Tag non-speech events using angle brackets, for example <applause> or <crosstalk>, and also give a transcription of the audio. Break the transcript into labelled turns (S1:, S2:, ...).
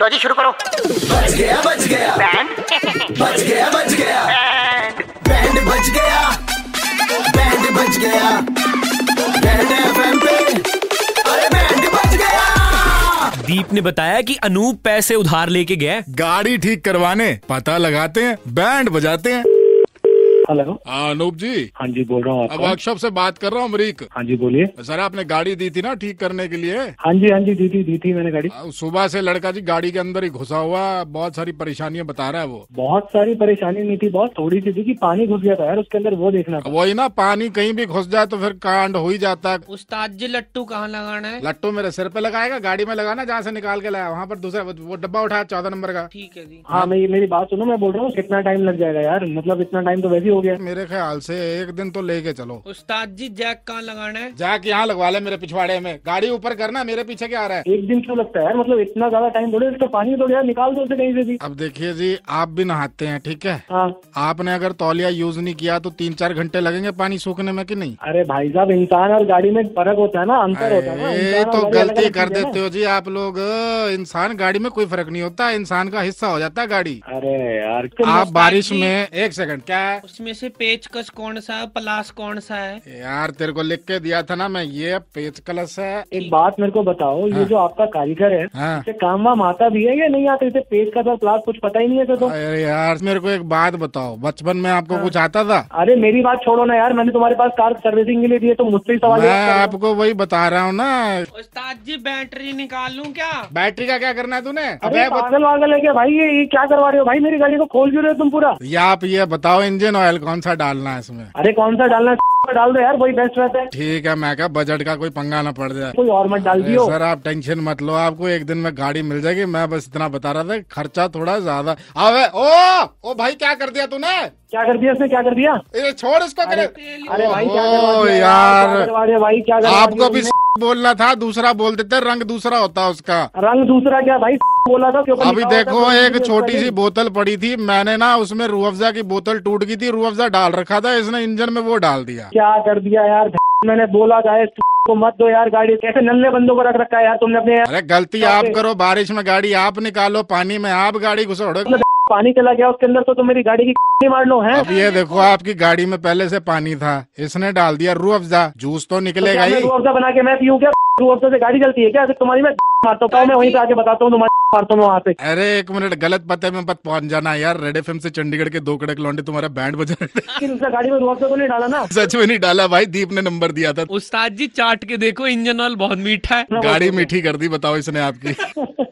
S1: लो जी शुरू करो
S2: बच गया बच गया
S1: बैंड
S2: बच गया बच गया बैंड बच गया बैंड बच गया बैंड एफएम पे अरे बैंड बच गया
S3: दीप ने बताया कि अनूप पैसे उधार लेके गया है।
S4: गाड़ी ठीक करवाने पता लगाते हैं बैंड बजाते हैं
S5: हेलो
S4: हाँ, अनूप जी
S5: हाँ जी बोल रहा हूँ
S4: अब
S5: आपको
S4: वर्कशॉप से बात कर रहा हूँ अमरीक
S5: हाँ जी बोलिए
S4: सर आपने गाड़ी दी थी ना ठीक करने के लिए
S5: हाँ जी हाँ जी दी थी दी थी मैंने गाड़ी
S4: आ, सुबह से लड़का जी गाड़ी के अंदर ही घुसा हुआ बहुत सारी परेशानियां बता रहा है वो
S5: बहुत सारी परेशानी नहीं थी बहुत थोड़ी सी थी कि पानी घुस गया था यार उसके अंदर वो देखना था
S4: वही ना पानी कहीं भी घुस जाए तो फिर कांड हो ही जाता है
S6: उस्ताद जी लट्टू कहाँ लगाना है
S4: लट्टू मेरे सिर पे लगाएगा गाड़ी में लगाना जहाँ से निकाल के लाया वहाँ पर दूसरा वो वो डब्बा उठा चौदह नंबर का
S6: ठीक है जी
S5: हाँ मैं मेरी बात सुनो मैं बोल रहा हूँ कितना टाइम लग जाएगा यार मतलब इतना टाइम तो वैसे ही हो गया
S4: मेरे ख्याल से एक दिन तो लेके चलो
S6: उस्ताद जी जैक कहाँ लगाना है
S4: जाके यहाँ लगवा ले मेरे पिछवाड़े में गाड़ी ऊपर करना मेरे पीछे क्या आ रहा है
S5: एक दिन क्यों लगता है यार मतलब इतना ज्यादा टाइम थोड़े इसका पानी तो यार निकाल दो उसे कहीं से भी
S4: अब देखिए जी आप भी नहाते हैं ठीक है
S5: हाँ
S4: आपने अगर तौलिया यूज नहीं किया तो तीन चार घंटे लगेंगे पानी सूखने में कि नहीं
S5: अरे भाई साहब इंसान और गाड़ी में फर्क होता है ना अंतर होता है ना
S4: ये
S5: इंसान और
S4: तो
S5: गाड़ी
S4: गलती
S5: अलग-अलग
S4: कर
S5: चीज़ है ना।
S4: देते हो जी आप लोग इंसान गाड़ी में कोई फर्क नहीं होता इंसान का हिस्सा हो जाता है गाड़ी
S5: अरे यार
S4: आप
S6: मुस्ताद
S4: बारिश
S6: जी-
S4: में एक सेकंड क्या है
S6: उसमें से पेचकस कौन सा है पलास कौन सा है
S4: यार तेरे को लिख के दिया था ना मैं ये पेच कलश है
S5: एक बात मेरे को बताओ ये जो आपका कारीगर है
S4: हाँ।
S5: इसे काम वाम आता भी है या नहीं आता इसे पेज का तो क्लास कुछ पता ही नहीं है इसे तो
S4: अरे यार मेरे को एक बात बताओ बचपन में आपको
S5: हाँ।
S4: कुछ आता था
S5: अरे मेरी बात छोड़ो ना यार मैंने तुम्हारे पास कार सर्विसिंग के लिए दी है तो मुझसे ही सवाल
S4: मैं
S5: जवाब करो।
S4: आपको वही बता रहा हूँ ना
S6: उस्ताद जी बैटरी निकालूं क्या
S4: बैटरी का क्या करना है तूने
S5: अरे
S4: अबे बत-
S5: पागल वागल है क्या भाई ये ये क्या करवा रहे हो भाई मेरी गाड़ी को खोल क्यों रहे हो तुम पूरा
S4: या आप ये बताओ इंजन ऑयल कौन सा डालना है इसमें
S5: अरे कौन सा डालना है? <laughs> डाल दो यार वही बेस्ट रहता है
S4: ठीक है मैं क्या बजट का कोई पंगा ना पड़ जाए
S5: कोई और मत डाल
S4: अरे
S5: दियो
S4: सर आप टेंशन मत लो आपको एक दिन में गाड़ी मिल जाएगी मैं बस इतना बता रहा था कि खर्चा थोड़ा ज्यादा अबे ओ ओ भाई क्या कर दिया तूने
S5: क्या कर दिया इसने क्या कर दिया
S4: ये छोड़ इसको करे
S5: अरे भाई क्या
S4: ओ
S5: करवा दिया
S4: यार।
S5: क्या करवा रहे हो भाई क्या करवा
S4: आपको
S5: दिया
S4: भी <laughs> बोलना था दूसरा बोल देते रंग दूसरा होता उसका
S5: तुमने? रंग दूसरा क्या भाई <laughs> बोला था उसके ऊपर
S4: अभी
S5: लिखा हुआ था,
S4: देखो
S5: कोई
S4: एक
S5: चीज़
S4: छोटी
S5: उसका
S4: सी
S5: नहीं।
S4: बोतल पड़ी थी मैंने ना उसमें रूह अफ़ज़ा की बोतल टूट गई थी रूह अफ़ज़ा डाल रखा था इसने इंजन में वो डाल दिया
S5: क्या कर दिया यार <laughs> मैंने बोला था इस <laughs> को मत दो यार गाड़ी कैसे नल्ले बंदों को रख रखा है यार तुमने अपने यार
S4: अरे गलती आप करो बारिश में गाड़ी आप निकालो पानी में आप गाड़ी घुसोड़ो
S5: पानी चला गया उसके अंदर तो तुम मेरी गाड़ी की <laughs> नहीं मार लो है
S4: अब ये देखो आपकी गाड़ी में पहले से पानी था इसने डाल दिया रूह अफ़ज़ा जूस तो निकलेगा ही
S5: रूअफ़ा बना के मैं पीऊँ क्या रूअफ़ा से गाड़ी चलती है क्या अगर तुम्हारी मैं <laughs> मारता हूँ मैं वहीं पे आके बताता हूँ तुम्हारी <laughs> मारता हूँ मैं वहाँ पे
S4: अरे एक मिनट गलत पते में मत पहुंच जाना यार रेड एफ से चंडीगढ़ के दो कड़क लौंडे तुम्हारा बैंड बजा रहे थे <laughs>
S5: लेकिन उसने गाड़ी में रूअफ़ा को नहीं डाला ना
S4: सच में नहीं डाला भाई दीप ने नंबर दिया था
S6: उस्ताद जी चाट के देखो इंजन ऑयल बहुत मीठा है
S4: गाड़ी मीठी कर दी बताओ इसने आपकी